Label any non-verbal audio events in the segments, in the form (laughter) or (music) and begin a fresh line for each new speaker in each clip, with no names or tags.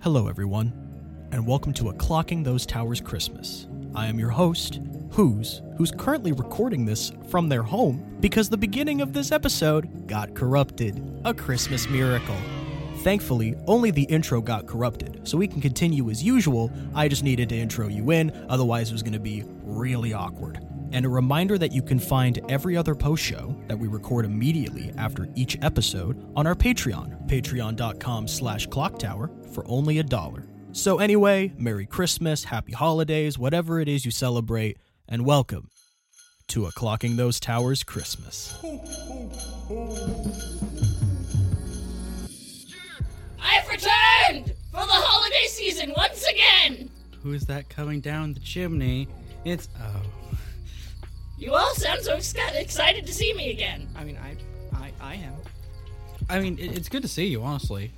Hello, everyone, and welcome to a Clocking Those Towers Christmas. I am your host, Who's, who's currently recording this from their home because the beginning of this episode got corrupted. A Christmas miracle. Thankfully, only the intro got corrupted, so we can continue as usual. I just needed to intro you in, otherwise, it was going to be really awkward. And a reminder that you can find every other post show that we record immediately after each episode on our Patreon, patreon.com slash clocktower, for only a dollar. So anyway, Merry Christmas, Happy Holidays, whatever it is you celebrate, and welcome to A Clocking Those Towers Christmas.
I have returned for the holiday season once again.
Who's that coming down the chimney? It's oh.
You all sound so exci- excited to see me again.
I mean, I, I, I am.
I mean, it, it's good to see you, honestly.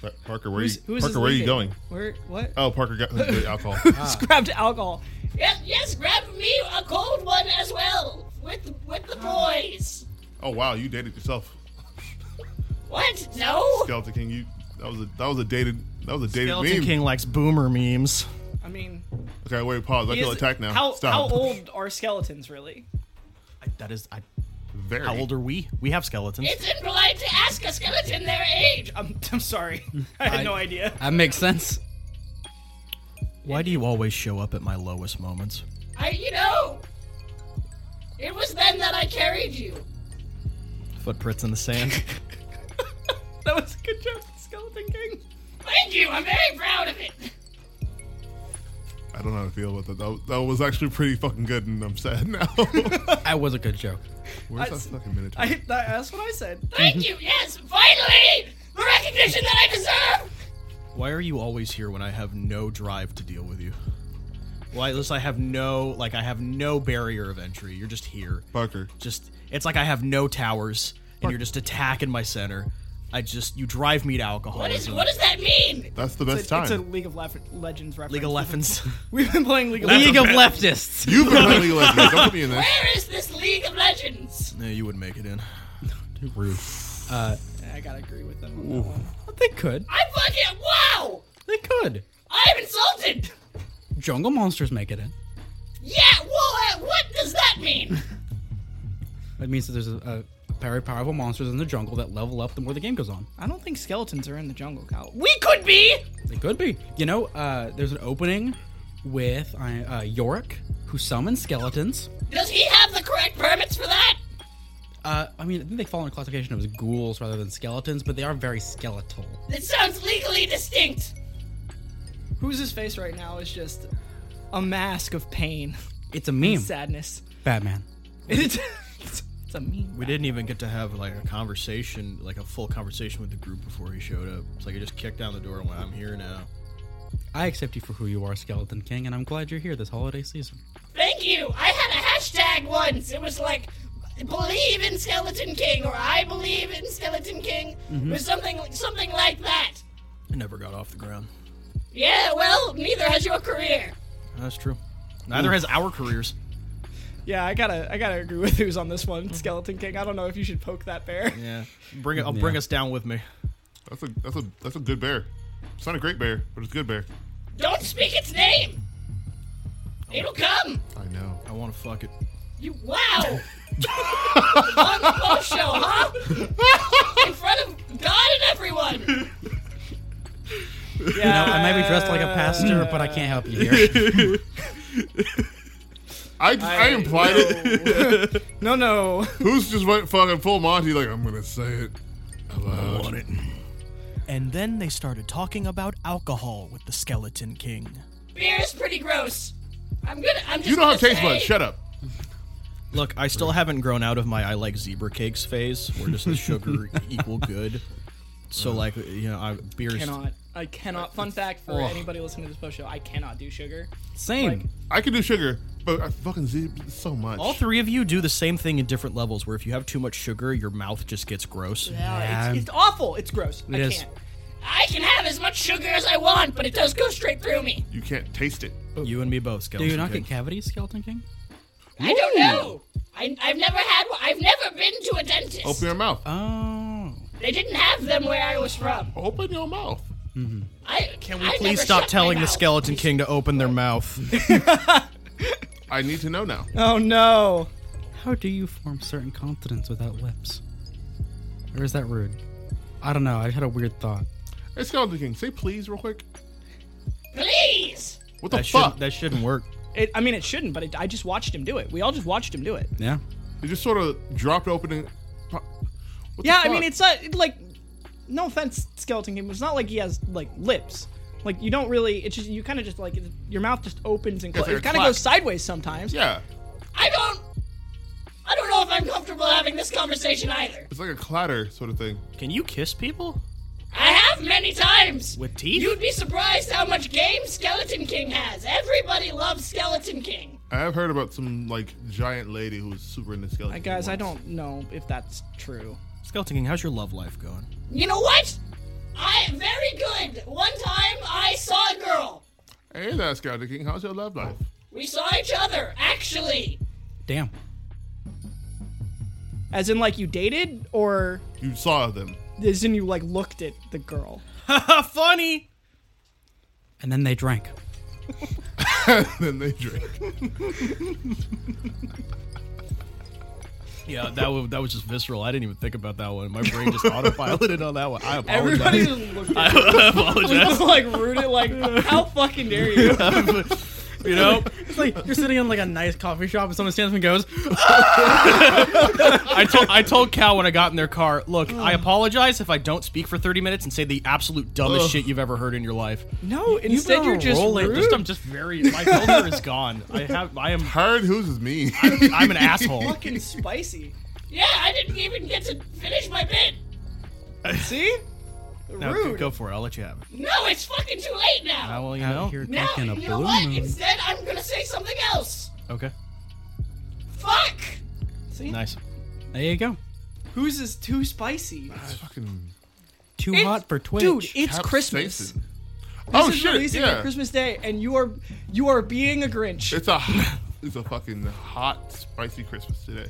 Pa- Parker, where
Who's-
you,
who is
Parker,
this
where are you
leaving?
going?
Where? What?
Oh, Parker got
(laughs)
the alcohol.
Just (laughs) grabbed alcohol.
Yes, yes, grab me a cold one as well with with the boys.
(laughs) Oh wow, you dated yourself,
What? No.
Skeleton King. You that was a that was a dated that was a dated
Skeleton
meme.
King likes boomer memes.
I mean,
Okay, wait, pause. I
he
feel
is-
attacked now.
How
Stop.
how
(laughs)
old are skeletons really?
That is, I,
Very.
how old are we? We have skeletons.
It's impolite to ask a skeleton their age.
I'm, (laughs) I'm sorry. I had
I-
no idea. (laughs)
That makes sense.
Why do you always show up at my lowest moments?
I, you know, it was then that I carried you.
Footprints in the sand.
That was a good joke, Skeleton King.
Thank you. I'm very proud of it.
I don't know how to feel about that. That, that was actually pretty fucking good, and I'm sad now. (laughs) Where's
That was a good joke.
that
That's-
fucking minotaur?
I, that, that's what I said.
Thank you. Yes, finally, the recognition that I deserve.
Why are you always here when I have no drive to deal with you? Why, unless I have no, like, I have no barrier of entry. You're just here.
Parker,
Just, it's like I have no towers, and you're just attacking my center. I just, you drive me to alcoholism.
What is? What does that mean?
that's the best
It's a,
time.
it's a (laughs) League of Lef- Legends reference.
League of (laughs) Leffins.
We've been playing League of
League
Legends.
of Leftists.
You've been playing League of Legends. Don't put me in there.
Where is this League of Legends?
no, you wouldn't make it in.
Rude.
I gotta agree with them. On that one.
They could.
I fucking wow!
They could.
I'm insulted.
Jungle monsters make it in.
Yeah. Well, uh, what does that mean?
That means that there's a, a very powerful monsters in the jungle that level up the more the game goes on.
I don't think skeletons are in the jungle, Kyle.
We could be.
They could be. You know, uh, there's an opening with uh, uh, Yorick who summons skeletons.
Does he have the correct permits for that?
Uh, I mean, I think they fall in the classification of ghouls rather than skeletons, but they are very skeletal.
It sounds legally distinct.
Who's his face right now is just a mask of pain,
It's a meme.
sadness. (laughs)
Batman.
It's, it's, it's a meme.
We didn't even get to have, like, a conversation, like, a full conversation with the group before he showed up. It's like I just kicked down the door and went, I'm here now.
I accept you for who you are, Skeleton King, and I'm glad you're here this holiday season.
Thank you. I had a hashtag once. It was like, believe in Skeleton King or I believe in Skeleton King or something something like that.
I never got off the ground.
Yeah. Well, neither has your career.
That's true. Neither has our careers.
Yeah, I gotta, I gotta agree with who's on this one, Skeleton King. I don't know if you should poke that bear.
Yeah. Bring it, I'll bring us down with me.
That's a that's a that's a good bear. It's not a great bear, but it's a good bear.
Don't speak its name. It'll come.
I know.
I want to fuck it.
You wow! (laughs) On the post show, huh? In front of God and everyone.
Now, I might be dressed like a pastor, but I can't help you (laughs) here.
I I, implied it.
No, no.
(laughs) Who's just went fucking full Monty? Like I'm gonna say it. Aloud.
And then they started talking about alcohol with the Skeleton King.
Beer is pretty gross. I'm gonna. I'm just
You don't have
gonna
taste buds.
say-
Shut up.
Look, I still haven't grown out of my I like zebra cakes phase, where does (laughs) the sugar equal good? So, like, you know, I, beer's.
Cannot. I cannot. Fun fact for
Ugh.
anybody listening to this post show, I cannot do sugar.
Same.
I can do sugar, but I fucking zebra so much.
All three of you do the same thing in different levels, where if you have too much sugar, your mouth just gets gross.
Yeah, Uh, it's, it's awful. It's gross. I
It is.
can't.
I can have as much sugar as I want, but it does go straight through me.
you can't taste it.
You and me both,
Do
Skeleton
you not
King.
get cavities, Skeleton King?
I don't know. I, I've never had. one. I've never been to a dentist.
Open your mouth.
Oh.
They didn't have them where I was from.
Open your mouth.
I
Can we
I
please
never
stop
shut my
telling the
mouth.
Skeleton King to open their mouth?
I need to know now.
Oh no.
How do you form certain confidence without lips? Or is that rude? I don't know. I had a weird thought.
Hey, Skeleton King, say please real quick.
Please.
What the
that,
fuck?
shouldn't, that shouldn't work.
It, I mean, it shouldn't, but it, I just watched him do it. We all just watched him do it.
Yeah.
You just sort of dropped opening. What the
Yeah, I
fuck?
mean, it's not it, like, no offense, Skeleton King, but it's not like he has like lips. Like you don't really. It's just you kind of just like your mouth just opens and
It's
closes.
like
it
a
kind of
clock.
goes sideways sometimes.
Yeah.
I don't. I don't know if I'm comfortable having this conversation either.
It's like a clatter sort of thing.
Can you kiss people
I have many times.
with teeth?
You'd be surprised how much game Skeleton King has. Everybody loves Skeleton King.
I have heard about some like giant lady who's super into skeleton.
Uh, guys, I
once.
don't know if that's true.
Skeleton King, how's your love life going?
You know what? I very good. One time I saw a girl.
Hey, there, Skeleton King. How's your love life?
We saw each other, actually.
Damn.
As in, like you dated, or
You saw them. (laughs)
as in you like looked at the girl.
Funny.
And then they drank.
then they drink.
Yeah, that was that was just visceral. I didn't even think about that one. My brain (laughs) just autopiloted on that one. I apologize.
Everybody just looked (laughs) at
I apologize.
us (laughs) like rooted, like how fucking dare you?
(laughs) You know,
It's like you're sitting in like a nice coffee shop and someone stands up and (laughs) goes,
I told I told Cal when I got in their car. Look, I apologize if I don't speak for thirty minutes and say the absolute dumbest shit you've ever heard in your life.
No, instead you're just
Roll it.
rude.
Just, I'm just very. My filter is gone. I have. I am.
Heard who's is me.
I'm
(laughs)
(laughs)
an asshole.
fucking spicy.
Yeah, I didn't even get to finish my bit.
See?
Now,
Rude.
go for it. I'll let you have it.
No, it's fucking too late now.
I will. You know.
"You're
Now,
taking a
you know
blue
what?
moon."
Instead, I'm gonna say something else.
Okay.
Fuck!
Nice.
There you go.
Who's is too spicy?
It's fucking
Too
It's-
hot for Twitch.
Dude, it's
capsaicin.
Christmas. This
Oh
is
shit!
releasing
Yeah.
on Christmas Day, and you are you are being a Grinch.
It's a (laughs) it's a fucking hot, spicy Christmas today.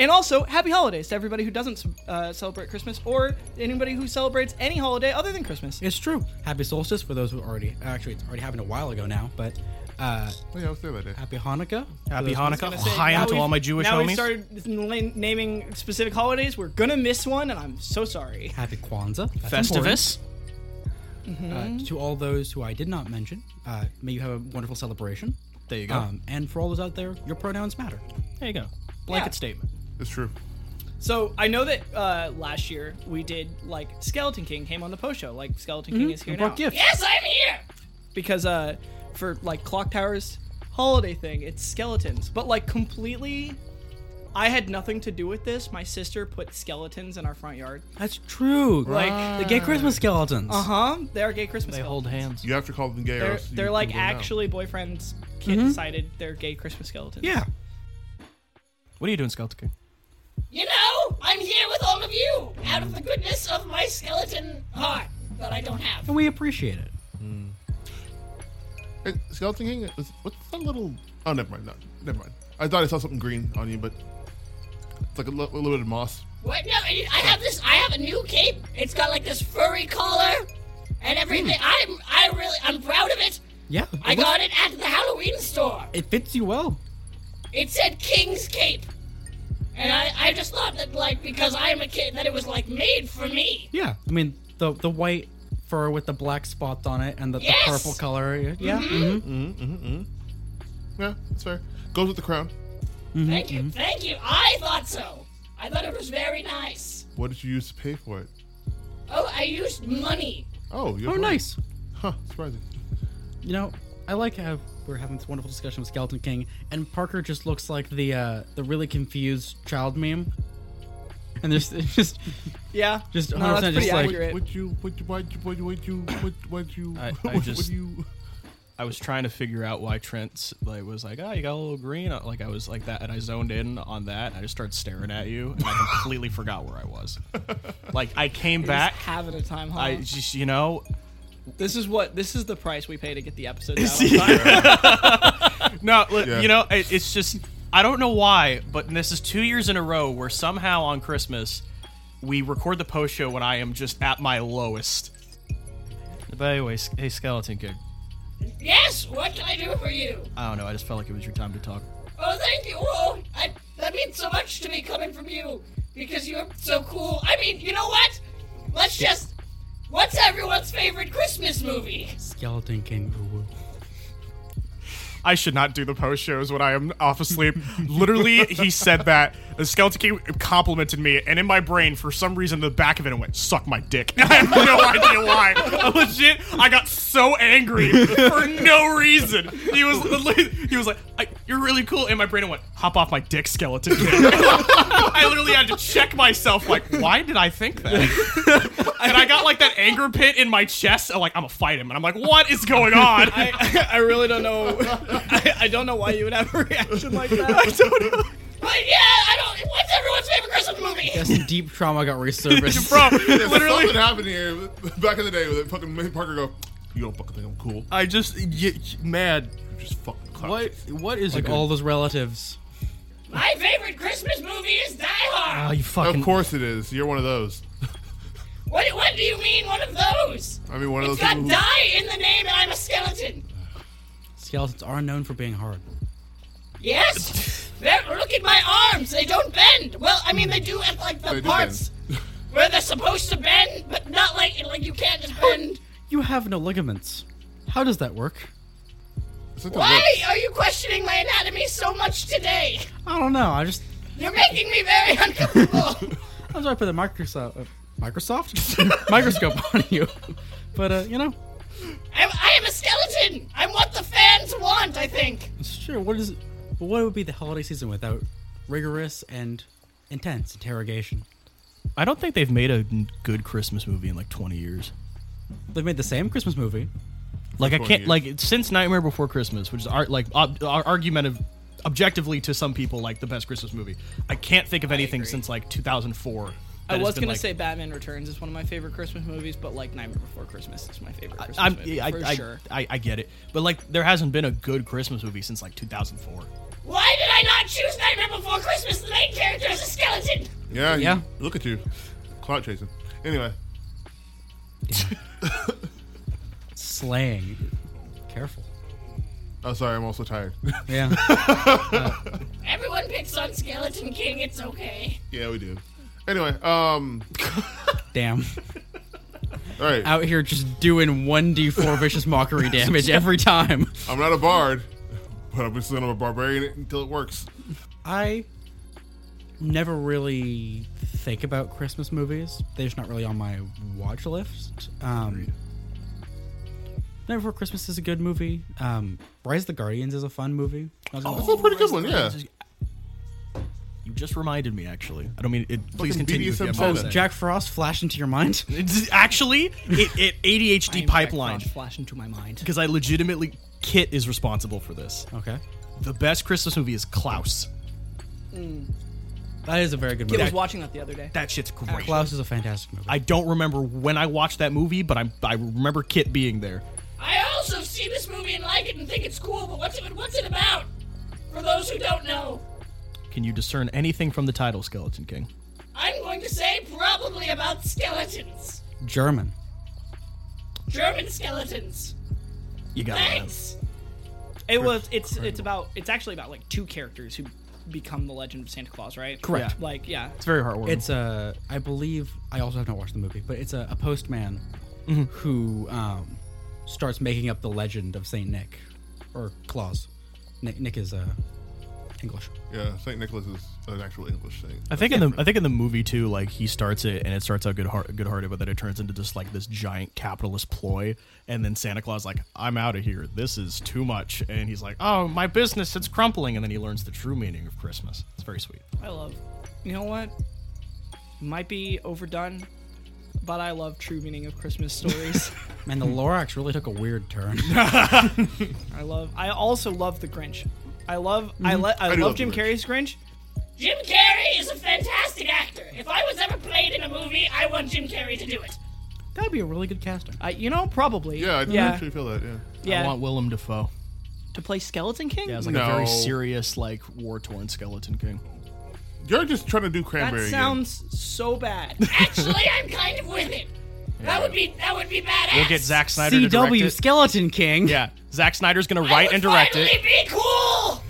And also, happy holidays to everybody who doesn't uh, celebrate Christmas or anybody who celebrates any holiday other than Christmas.
It's true. Happy solstice for those who already actually it's already happened a while ago now, but uh
Oh, yeah, I was there that day.
happy Hanukkah.
Happy Hanukkah.
gonna say,
Ohio
now
to
we've-
all my Jewish
now
homies.
we started n- naming specific holidays. We're gonna miss one, and I'm so sorry.
Happy Kwanzaa. That's
Festivus.
important. Uh, to all those who I did not mention, uh, may you have a wonderful celebration.
There you go.
Um, and for all those out there, your pronouns matter.
there you go. Blanket
Yeah.
statement.
It's true.
So I know that uh, last year we did like Skeleton King came on the post show, like Skeleton
Mm-hmm.
King is here
And
now
brought gifts.
Yes, I'm here!
because uh, for like Clock Towers holiday thing, it's skeletons, but like completely. I had nothing to do with this. My sister put skeletons in our front yard.
That's true.
Like-
Like the gay Christmas skeletons.
Uh huh. They are gay Christmas.
They
skeletons.
hold hands.
You have to call them gay. or
They're,
else you
they're
can
like
go down.
actually boyfriends. Kid decided they're gay Christmas skeletons.
Yeah.
What are you doing, Skeleton King?
You know, I'm here with all of you out of the goodness of my skeleton heart that I don't have.
And we appreciate it.
Hey, Skeleton King, is- what's that little? Oh, never mind. No, never mind. I thought I saw something green on you, but it's like a, li- a little bit of moss.
What? No, I I have this. I have a new cape. It's got like this furry collar and everything. I'm, I really, I'm proud of it.
Yeah.
I
it looks-
got it at the Halloween store.
it fits you well.
It said King's Cape, and I, I just thought that like because I'm a kid that it was like made for me.
Yeah. I mean the the white fur with the black spots on it and the,
Yes!
the purple color. Yeah. mhm.
Yeah, that's fair. Goes with the crown.
Thank you, thank you. I thought so. I thought it was very nice.
What did you use to pay for it?
Oh, I used money.
Oh, you
Oh
have money.
nice.
Huh? Surprising.
You know, I like how we're having this wonderful discussion with Skeleton King, and Parker just looks like the uh, the really confused child meme. And there's (laughs) it's just
Yeah.
Just
no,
100%
that's pretty
just, like-
accurate.
What you? What you? What you? What you? What you? What, what you?
I- I
what,
just-
what you? (laughs)
I was trying to figure out why Trent like was like, "Ah, you got a little green." uh, Like I was like that, and I zoned in on that. And I just started staring at you, and I completely forgot where I was. Like I came back,
Just having a time, huh?
I just you know,
this is what this is the price we pay to get the episode out. on time.
no, li-
Yeah.
you know, it, it's just I don't know why, but this is two years in a row where somehow on Christmas we record the post show when I am just at my lowest. But anyway, s- hey, Skeleton Kid.
Yes, what can I do for you?
I don't know. I just felt like it was your time to talk.
Oh, thank you. Oh, I, that means so much to me coming from you because you're so cool. I mean, you know what? Let's just. What's everyone's favorite Christmas movie?
Skeleton King. ooh, ooh. (laughs)
I should not do the post shows when I am off asleep. Literally, he said that. The skeleton king complimented me, and in my brain, for some reason, the back of it went, suck my dick. (laughs) I have no idea why. (laughs) I legit, I got so angry for no reason. He was (laughs) literally- he was like, I, you're really cool. And my brain went, hop off my dick, skeleton king. (laughs) I literally had to check myself, like, why did I think
(laughs)
that? and I got like that anger pit in my chest. I'm like, I'm gonna fight him. And I'm like, what is going on?
I, I really
(laughs)
don't know. I, I don't know why you would have a reaction like that.
But yeah, I don't. What's everyone's favorite Christmas movie?
Yeah, some deep trauma got resurfaced. (laughs)
(laughs)
Bro,
There's
literally,
something happened here back in the day with fucking made Parker go, You don't fucking think I'm cool.
I just y- mad.
You just fucking clown."
What? What is
like
it?
all those relatives.
My favorite Christmas movie is Die
Uh,
Oh,
Hard.
you fucking.
Of course it is. You're one of those.
What, what do you mean, one of those?
I mean, one of
It's
those
got
people who-
die in the name, and I'm a skeleton.
Skeletons are known for being hard.
(laughs)
Yes. There, look at my arms. They don't bend. Well, I mean, they do at like the
They do
parts
(laughs)
where they're supposed to bend, but not like like you can't just
Oh.
bend.
You have no ligaments. How does that work?
It's like the
Why
lips.
are you questioning my anatomy so much today?
I don't know. I just
You're making me very (laughs) uncomfortable.
I'm sorry for the Microsoft uh, Microsoft (laughs) microscope on you, but uh, you know,
I'm, I am a skeleton. I'm what the fans want. I think.
sure. What is? But what would be the holiday season without rigorous and intense interrogation?
I don't think they've made a n- good Christmas movie in like 20 years.
They've made the same Christmas movie.
Like I
20
can't
years.
like since Nightmare Before Christmas, which is ar- like ob- ar- argumentative, objectively to some people like the best Christmas movie. I can't think of anything since like 2004.
I
that has
was
been,
gonna
like-
say Batman Returns is one of my favorite Christmas movies, but like Nightmare Before Christmas is my favorite Christmas
I'm,
movie
I,
for
I,
sure.
I, I get it, but like there hasn't been a good Christmas movie since like 2004.
Why did I not choose Nightmare Before Christmas? The main character is a skeleton.
Yeah.
Yeah, yeah. Look at you. Clout chasing. Anyway,
Slaying. Careful.
I'm Oh, sorry, I'm also tired. (laughs)
Yeah.
Everyone picks on Skeleton King. It's okay.
yeah, we do. Anyway, um,
(laughs) Damn.
all right.
Out here just doing (laughs) 1d4 vicious mockery damage every time.
I'm not a bard, but I'm still a barbarian until it works.
I never really think about Christmas movies. They're just not really on my watch list. Um, Never Before Christmas is a good movie. Um, Rise of the Guardians is a fun movie. Oh,
That's a pretty good one, yeah.
You just reminded me, actually. I don't mean it. Please
Fucking
continue. if you
BDSM
have more to
soda.
say.
Jack Frost flashed into your mind.
It's- Actually, it, it
I am
ADHD
back
pipeline
flash- flash into my mind.
because I legitimately Kit is responsible for this.
(laughs) Okay.
The best Christmas movie is Klaus.
That is a very good
Kid
movie.
was watching that the other day.
That shit's great.
Klaus is a fantastic movie.
I don't remember when I watched that movie, but I I remember Kit being there.
I also see this movie and like it and think it's cool, but what's it, what's it about? For those who don't know,
Can you discern anything from the title, Skeleton King?
I'm going to say probably about skeletons.
German.
German skeletons.
You got it.
Thanks.
It was. It's. It's about. It's actually about like two characters who become the legend of Santa Claus, right?
Correct.
Yeah. Like, yeah.
It's very heartwarming.
It's a, I believe, I also have not watched the movie, but it's a, a postman Mm-hmm. who um, starts making up the legend of Saint Nick or Claus. Nick, Nick is uh, English.
Yeah, St. Nicholas is an actual English thing.
I think in the I think in the movie too, like he starts it and it starts out good heart good hearted, but then it turns into just like this giant capitalist ploy. And then Santa Claus like, I'm out of here. This is too much. And he's like, Oh, my business, it's crumpling. And then he learns the true meaning of Christmas. It's very sweet.
I love. You know what? Might be overdone, but I love true meaning of
(laughs)
Christmas stories.
Man, the Lorax really took a weird (laughs) turn.
I love. I also love the Grinch. I love.
Mhm.
I, le- I,
I
love,
do love the
Jim
Grinch.
Carrey's Grinch.
Jim Carrey is a fantastic actor. If I was ever played in a movie, I want Jim Carrey to do it.
That'd be a really good casting.
I, you know, probably.
Yeah, I
yeah.
actually feel that, yeah.
yeah.
I want Willem Dafoe.
to play Skeleton King.
Yeah, it's like a
No.
very serious, like war torn skeleton king.
You're just trying to do
that
cranberry.
(laughs)
again.
sounds so bad.
Actually, I'm kind of with it. That would be that would be badass.
We'll get Zack Snyder to direct
CW
it.
Skeleton King.
Yeah, Zack Snyder's gonna
I
write
would
and direct
finally
it.
Be cool.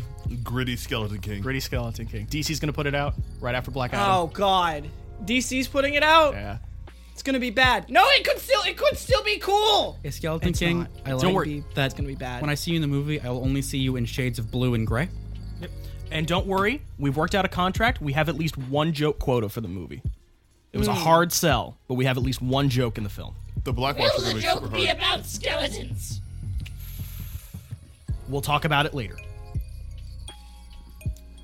Gritty Skeleton King.
Gritty Skeleton King. DC's gonna put it out right after Black Adam.
Oh God, DC's putting it out.
Yeah.
It's gonna be bad. No,
No, it could still it could still be cool.
Is Skeleton King.
not.
I like
Don't worry.
That
It's gonna be bad.
When I see you in the movie, I will only see you in shades of blue and gray.
And don't worry, we've worked out a contract. We have at least one joke quota for the movie. It was a hard sell, but we have at least one joke in the film.
The Black
Will
Watch is
the
going to be super
joke be
hard.
about skeletons?
We'll talk about it later.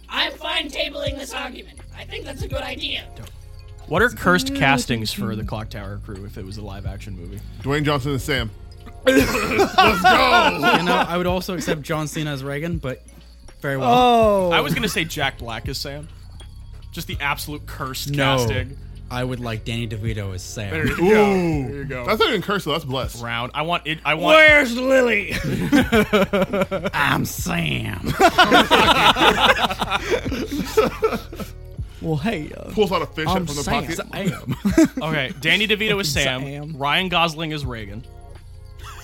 I'm fine tabling this argument. I think that's a good idea.
What are cursed castings for the Clock Tower crew if it was a live action movie?
Dwayne Johnson and Sam.
you know, Oh, I would also accept John Cena as Reagan, but very well.
oh,
I was gonna say Jack Black is Sam. Just the absolute cursed
No.
casting.
I would like Danny DeVito as
There
Sam.
you go. There you go.
That's not even cursed, though. That's blessed.
Round. I want it. I want.
Lily? (laughs) I'm
(laughs)
Sam.
(laughs) well, hey, uh,
Pulls out a fish
I'm
from the
Sam.
pocket. (laughs)
Sam. Oh,
Okay, Danny DeVito (laughs) is Sam.
Sam.
Ryan Gosling is Reagan.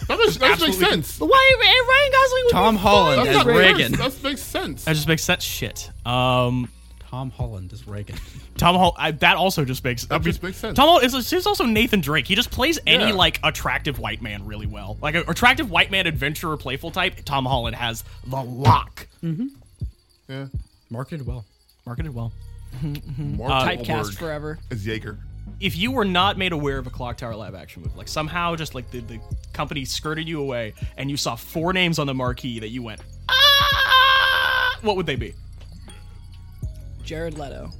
That makes, that makes sense.
why Ryan Gosling? Would
Tom Holland
That's
as
not cursed.
Reagan.
That makes sense.
That just makes sense. Shit. Um,
Tom Holland as Reagan.
Tom Hall. I, that also just makes. I
That
mean,
just makes sense.
Tom Hall is he's also Nathan Drake. He just plays any
Yeah.
like attractive white man really well. Like an attractive white man adventurer, playful type. Tom Holland has the lock.
yeah.
Marketed well.
Marketed well.
Mark
typecast
Wahlberg
forever.
Is Jaeger.
Uh, if you were not made aware of a Clock Tower live action movie, like somehow just like the, the company skirted you away and you saw four names on the marquee that you went, ah, what would they be?
Jared Leto.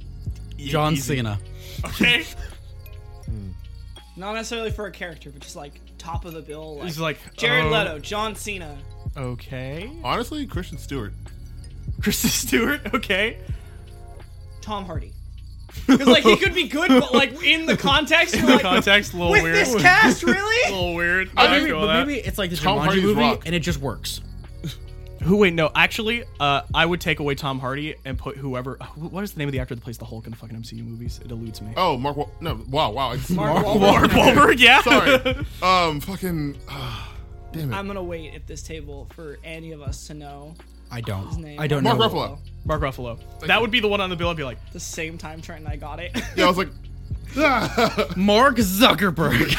E-
John
Easy.
Cena.
(laughs) Okay.
Not necessarily for a character, but just like top of the bill. Like,
He's like,
Jared
oh.
Leto, John Cena.
okay.
Honestly, Christian Stewart.
Kristen Stewart. Okay.
Tom Hardy. Because like he could be good, but like in the context, you're like,
Context a little
with
weird.
this
a (laughs)
cast, really?
little weird. I
Maybe,
feel
but
that.
maybe it's like the
Tom
Jumanji
Hardy's
movie,
Rock.
and it just works.
Who? Wait, no. Actually, uh, I would take away Tom Hardy and put whoever. uh, wh- What is the name of the actor that plays the Hulk in fucking MCU movies? It eludes (laughs) me.
Oh, Mark. Wa- no, wow, wow. It's
Mark
Mark Wahlberg. Yeah. (laughs)
Sorry. Um, fucking. ah, damn it.
I'm gonna wait at this table for any of us to know
I don't.
name.
I don't
Mark
know.
Ruffalo.
Mark Ruffalo. That would be the one on the bill. I'd be like,
the same time Trent and I got it.
Yeah, I was like, (laughs)
Mark Zuckerberg.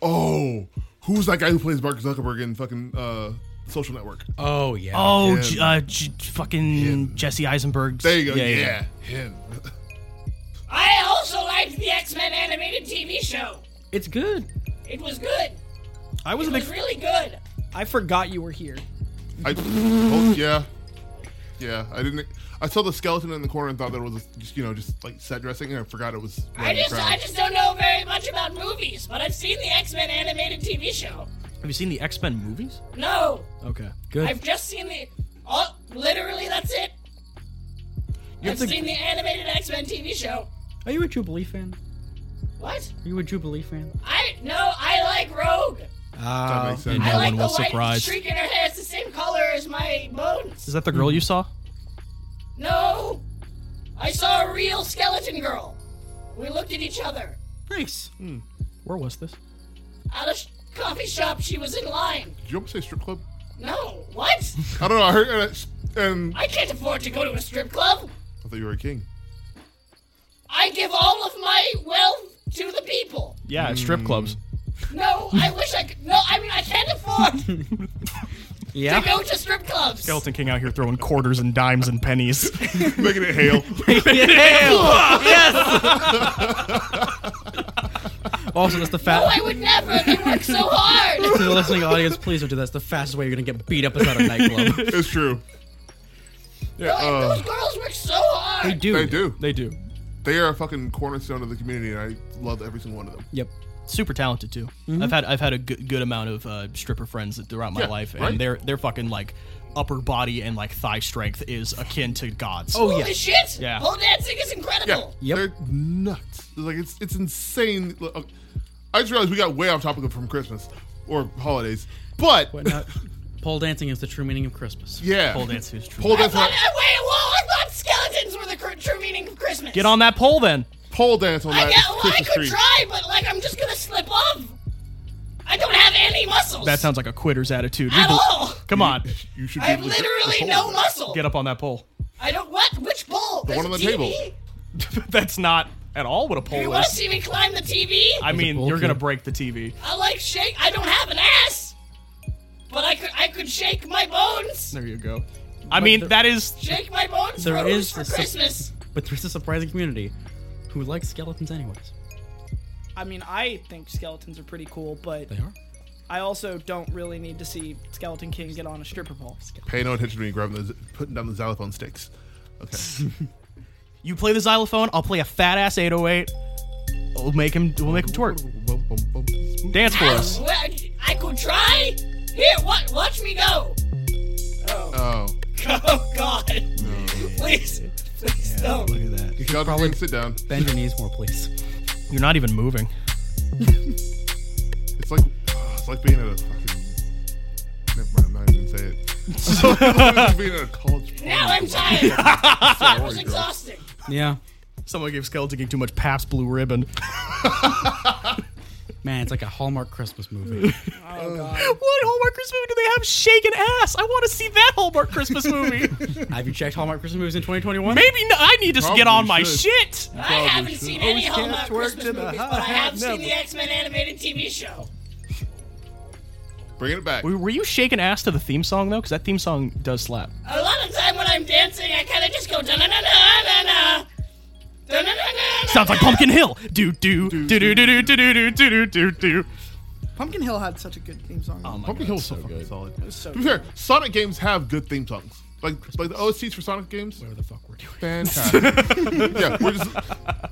oh, who's that guy who plays Mark Zuckerberg in fucking uh, Social Network?
oh yeah.
Oh,
Him.
J- uh, J- fucking Jesse Eisenberg.
There you go. Yeah, him. (laughs)
I also liked the X Men animated TV show.
It's good.
It was good.
I was a
It
big.
was really good.
I forgot you were here.
I, oh, yeah, yeah. I didn't. I saw the skeleton in the corner and thought that it was just you know just like set dressing, and I forgot it was.
I just I just don't know very much about movies, but I've seen the X Men animated TV show.
Have you seen the X Men movies?
No,
Okay.
Good.
I've just seen the. Oh, literally, that's it. I've seen the animated X Men TV show.
Are you a Jubilee fan?
What?
Are you a Jubilee fan?
I no, I like Rogue.
that
Oh,
makes sense.
No
I
one
like the
was
white
surprised.
streak in her hair. It's the same color as my bones.
Is that the girl you saw?
No, I saw a real skeleton girl. We looked at each other
Nice.
Hmm.
Where was this?
at a sh- coffee shop. She was in line.
Did you almost say strip club?
No, what?
(laughs)
I don't know. I heard and I, and I
I can't afford to go to a strip club.
thought you were a king. (laughs)
I give all of my wealth to the people.
Yeah, it's
Hmm.
strip clubs.
No, I wish I could. No, I mean I can't afford to
Yeah.
go to strip clubs.
Skeleton King out here throwing quarters and dimes and (laughs) pennies.
Making it
(laughs)
hail.
(laughs) Also, that's the
No, I
fat.
would never. They work so hard.
(laughs) to the listening audience, please don't do that. It's the fastest way you're gonna get beat up is at a
(laughs)
nightclub.
it's true. Yeah,
No,
uh,
Those girls work so
they
hard.
do.
they do.
they do.
They are a fucking cornerstone of the community, and I love every single one of them.
Yep.
Super talented too. I've had I've had a good, good amount of uh, stripper friends throughout my
Yeah,
life, and
right?
their their fucking like upper body and like thigh strength is akin to God's.
Oh
Holy
yeah.
shit!
Yeah.
Pole dancing is
Yeah,
incredible.
Yep.
they're nuts. Like it's it's insane. Look, okay, I just realized we got way off topic from Christmas or holidays, but
But not, pole dancing is the true meaning of Christmas.
yeah,
Pole dance is true.
pole
I
dance,
thought, I, wait, whoa, I thought skeletons were the cr- true meaning of Christmas.
Get on that pole then.
pole dance on
I,
that
get, well, I
uh, Christmas
could
tree.
try, but like I'm I don't have any muscles.
That sounds like a quitter's attitude. We
at
bel-
all.
Come on,
You should.
I
be
have
able to-
literally no muscle.
get up on that pole.
I don't what? Which pole? The
one on the table.
(laughs) That's not at all what a
You
pole
want to
is.
see me climb the TV?
I mean,
pole
you're gonna
kid.
break the TV.
I like shake. I don't have an ass, but I could I could shake my bones.
There you go. I mean,
there-
that is
Shake my bones
There
for,
is
for
this-
Christmas.
But there's a surprising community who likes skeletons anyways.
I mean, I think skeletons are pretty cool, but
They are.
I also don't really need to see Skeleton King get on a stripper pole.
Pay no attention to me grabbing those, putting down the xylophone sticks. Okay.
you play the xylophone. I'll play a fat ass 808. We'll make him. We'll make him twerk. Dance for us.
Well, I, I could try. Here, what? Watch me go. (laughs)
oh,
Oh God! Please, please don't.
you should probably sit down.
Bend your knees more, please.
You're not
(laughs)
even moving.
It's like (sighs) it's like being at a fucking. Never mind. I'm not even gonna say it. It's like being at a college.
Now
(laughs)
I'm tired. That was exhausting.
Yeah.
Someone gave Skeleton King too much Pabst Blue (laughs) Ribbon.
Man, it's like a Hallmark Christmas movie.
What Hallmark Christmas movie do they have? Shaking ass. I want to see that Hallmark Christmas (laughs) movie.
Have you checked Hallmark Christmas movies in 2021?
Maybe no, I need to
Probably
get on my
should.
shit.
I haven't seen any
Always
Hallmark
can't work
Christmas
to the
movies, but I
high,
have seen
never.
the X-Men animated TV show.
Bringing it back.
Were you shaking ass to the theme song though? Because that theme song does slap.
A lot of time when I'm dancing, I kind of just go da na na na na na. Da na na na.
Sounds like Pumpkin Hill. Do do do do do do do do do do do. Oh
Pumpkin Hill had such a good theme song.
Pumpkin Hill's so, fucking solid.
so
to be fair, Sonic games have good theme songs. Like like the OSTs for Sonic games,
Where the fuck we're doing?
fantastic. yeah, we're just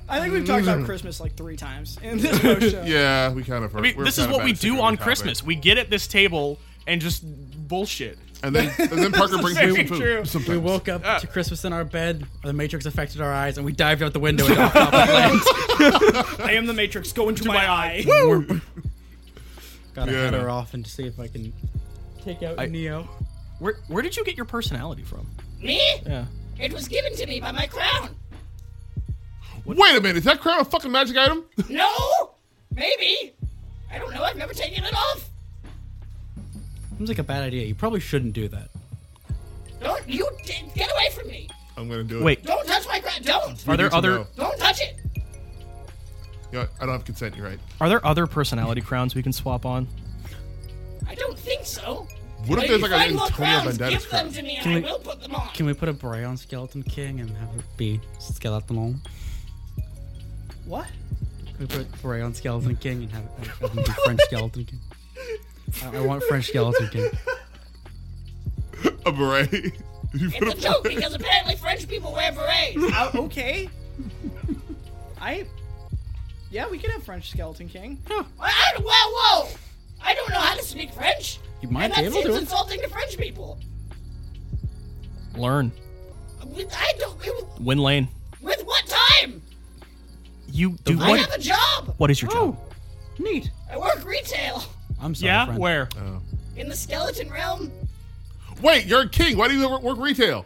I think we've talked
Mm-hmm.
about Christmas like three times
(laughs)
in this post show.
yeah, we kind of. Are,
I mean, this is what we do on Christmas. We get at this table and just bullshit.
and then and then Parker brings me some food.
true.
Sometimes.
We woke up to Christmas in our bed, or the Matrix affected our eyes, and we dived out the window and off top of land.
I am the Matrix. Go into my, eye.
Gotta
Yeah.
head her off and see if I can take out Neo.
Where where did you get your personality from?
Me?
Yeah.
It was given to me by my crown.
Wait a minute, is that crown a fucking magic item?
No, maybe. I don't know. I've never taken it off.
Seems like a bad idea. You probably shouldn't do that.
Don't you d- get away from me?
I'm gonna do it.
Wait.
Don't touch my crown. Don't.
Are
need
there
to
other
know.
Don't touch it.
You know what? I don't have consent. You're right.
are there other personality crowns we can swap on?
I don't think so.
What
But
if there's
you
like an
find more
Antonio
crowns,
Banderas
Give
crown?
them to me, and
Can
I
we-
will put them on.
Can we put a bray on Skeleton King and have it be Skeleton?
What?
Can we put bray on Skeleton King and have it, have it be French Skeleton King? I, I want French Skeleton King.
(laughs) A beret. You
(laughs)
put
It's a joke because apparently French people wear berets.
Uh, okay. I. Yeah, we could have French Skeleton King.
I, I, whoa, whoa! I don't know how to speak French.
You might
and
be
that
able
seems
to.
insulting to French people.
Learn.
With, I don't. With,
Win lane.
with what time?
You do
I have
what?
a job.
What is your job?
Neat.
I work retail
I'm sorry.
Yeah.
friend.
Where?
in the skeleton realm.
Oh. Wait, you're a king. Why do you work, work retail?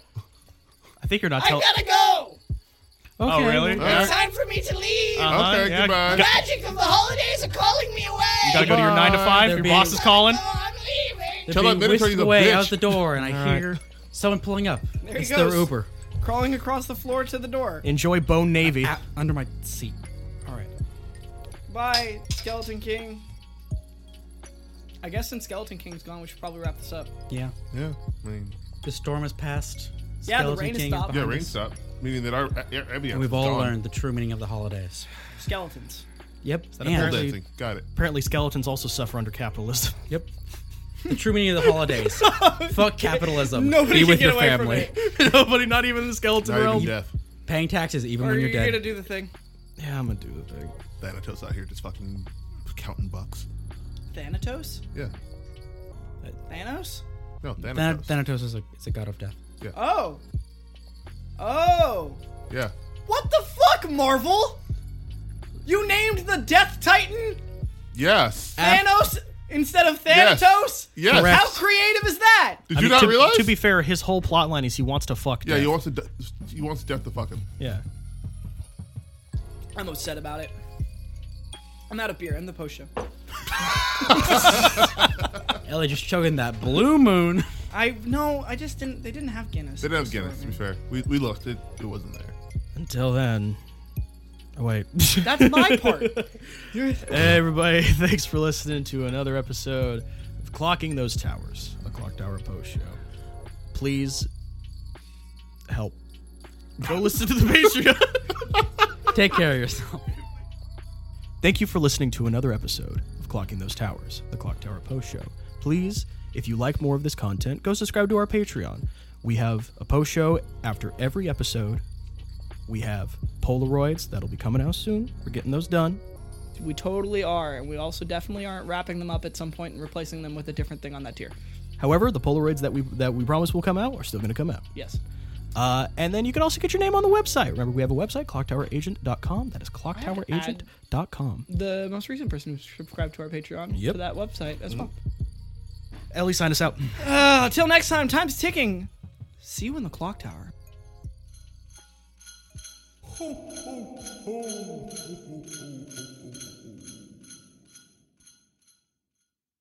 I think you're not
I
telling.
gotta go.
Oh really?
It's time for me to leave.
Uh-huh,
okay,
yeah.
goodbye.
the magic of the holidays are calling me away.
You gotta go to your nine to five.
They're
Your
being-
boss is calling.
No, I'm leaving.
They're
Tell that
being
minotaur
whisked
he's a
away
bitch.
out the door, and I hear someone pulling up.
he
it's their
goes.
Uber
Crawling across the floor to the door.
Enjoy Bone Navy.
Ah, under my seat. All right.
Bye, Skeleton King. I guess since Skeleton King's gone, we should probably wrap this up.
Yeah.
Yeah, I mean,
The storm has passed.
Yeah, the
Skeleton
rain has
King is
stopped.
yeah,
behind
rain
us,
stopped. Meaning that our every
And we've all learned the true meaning of the holidays.
Skeletons.
Yep. And
dancing. Got it.
Apparently, skeletons also suffer under capitalism. (laughs)
Yep. The true meaning of the
(laughs)
holidays. Fuck capitalism. Um, Be
Nobody can
with
get
your
away from
family.
it.
Nobody, not even the skeleton
Not
realm.
even death.
Paying taxes even
Or
when
you're,
you're dead.
gonna do the thing.
Yeah, I'm gonna do the thing.
Thanatos out here just fucking counting bucks.
Thanatos?
Yeah.
Thanos?
No, Thanatos.
Than- Thanatos is a, is a god of death.
Oh. Oh.
yeah.
What the fuck, Marvel? You named the Death Titan
Yes.
Thanos instead of
Yes.
Thanatos?
Yes.
How creative is that?
Did
I
you
mean,
not
to,
realize?
To be fair, his whole plot line is he wants to fuck.
yeah,
death.
he wants to. de- He wants death to fuck him.
Yeah.
I'm upset about it. I'm out of beer. I'm the post show.
Ellie just chugging that blue moon. (laughs)
I no, I just didn't. They didn't have Guinness.
They didn't have Guinness, to be fair. We, we looked, it, it wasn't there.
Until then. Oh, wait. (laughs)
That's my
(laughs)
part.
Hey, everybody, (laughs) thanks for listening to another episode of Clocking Those Towers, a Clock Tower post show. Please help. Go (laughs) listen to the Patreon. (laughs)
Take care of yourself.
Thank you for listening to another episode of Clocking Those Towers, the Clock Tower post show. Please, if you like more of this content, go subscribe to our Patreon. We have a post show after every episode. We have Polaroids that'll be coming out soon. We're getting those done.
We totally are, and we also definitely aren't wrapping them up at some point and replacing them with a different thing on that tier.
However, the Polaroids that we that we promise will come out are still going to come out.
Yes.
Uh, and then you can also get your name on the website. Remember, we have a website, clocktoweragent.com. That is clocktoweragent.com.
The most recent person who subscribed to our Patreon
Yep.
to that website as well.
Ellie, sign us out.
Uh, till next time, time's ticking. See you in the clock tower.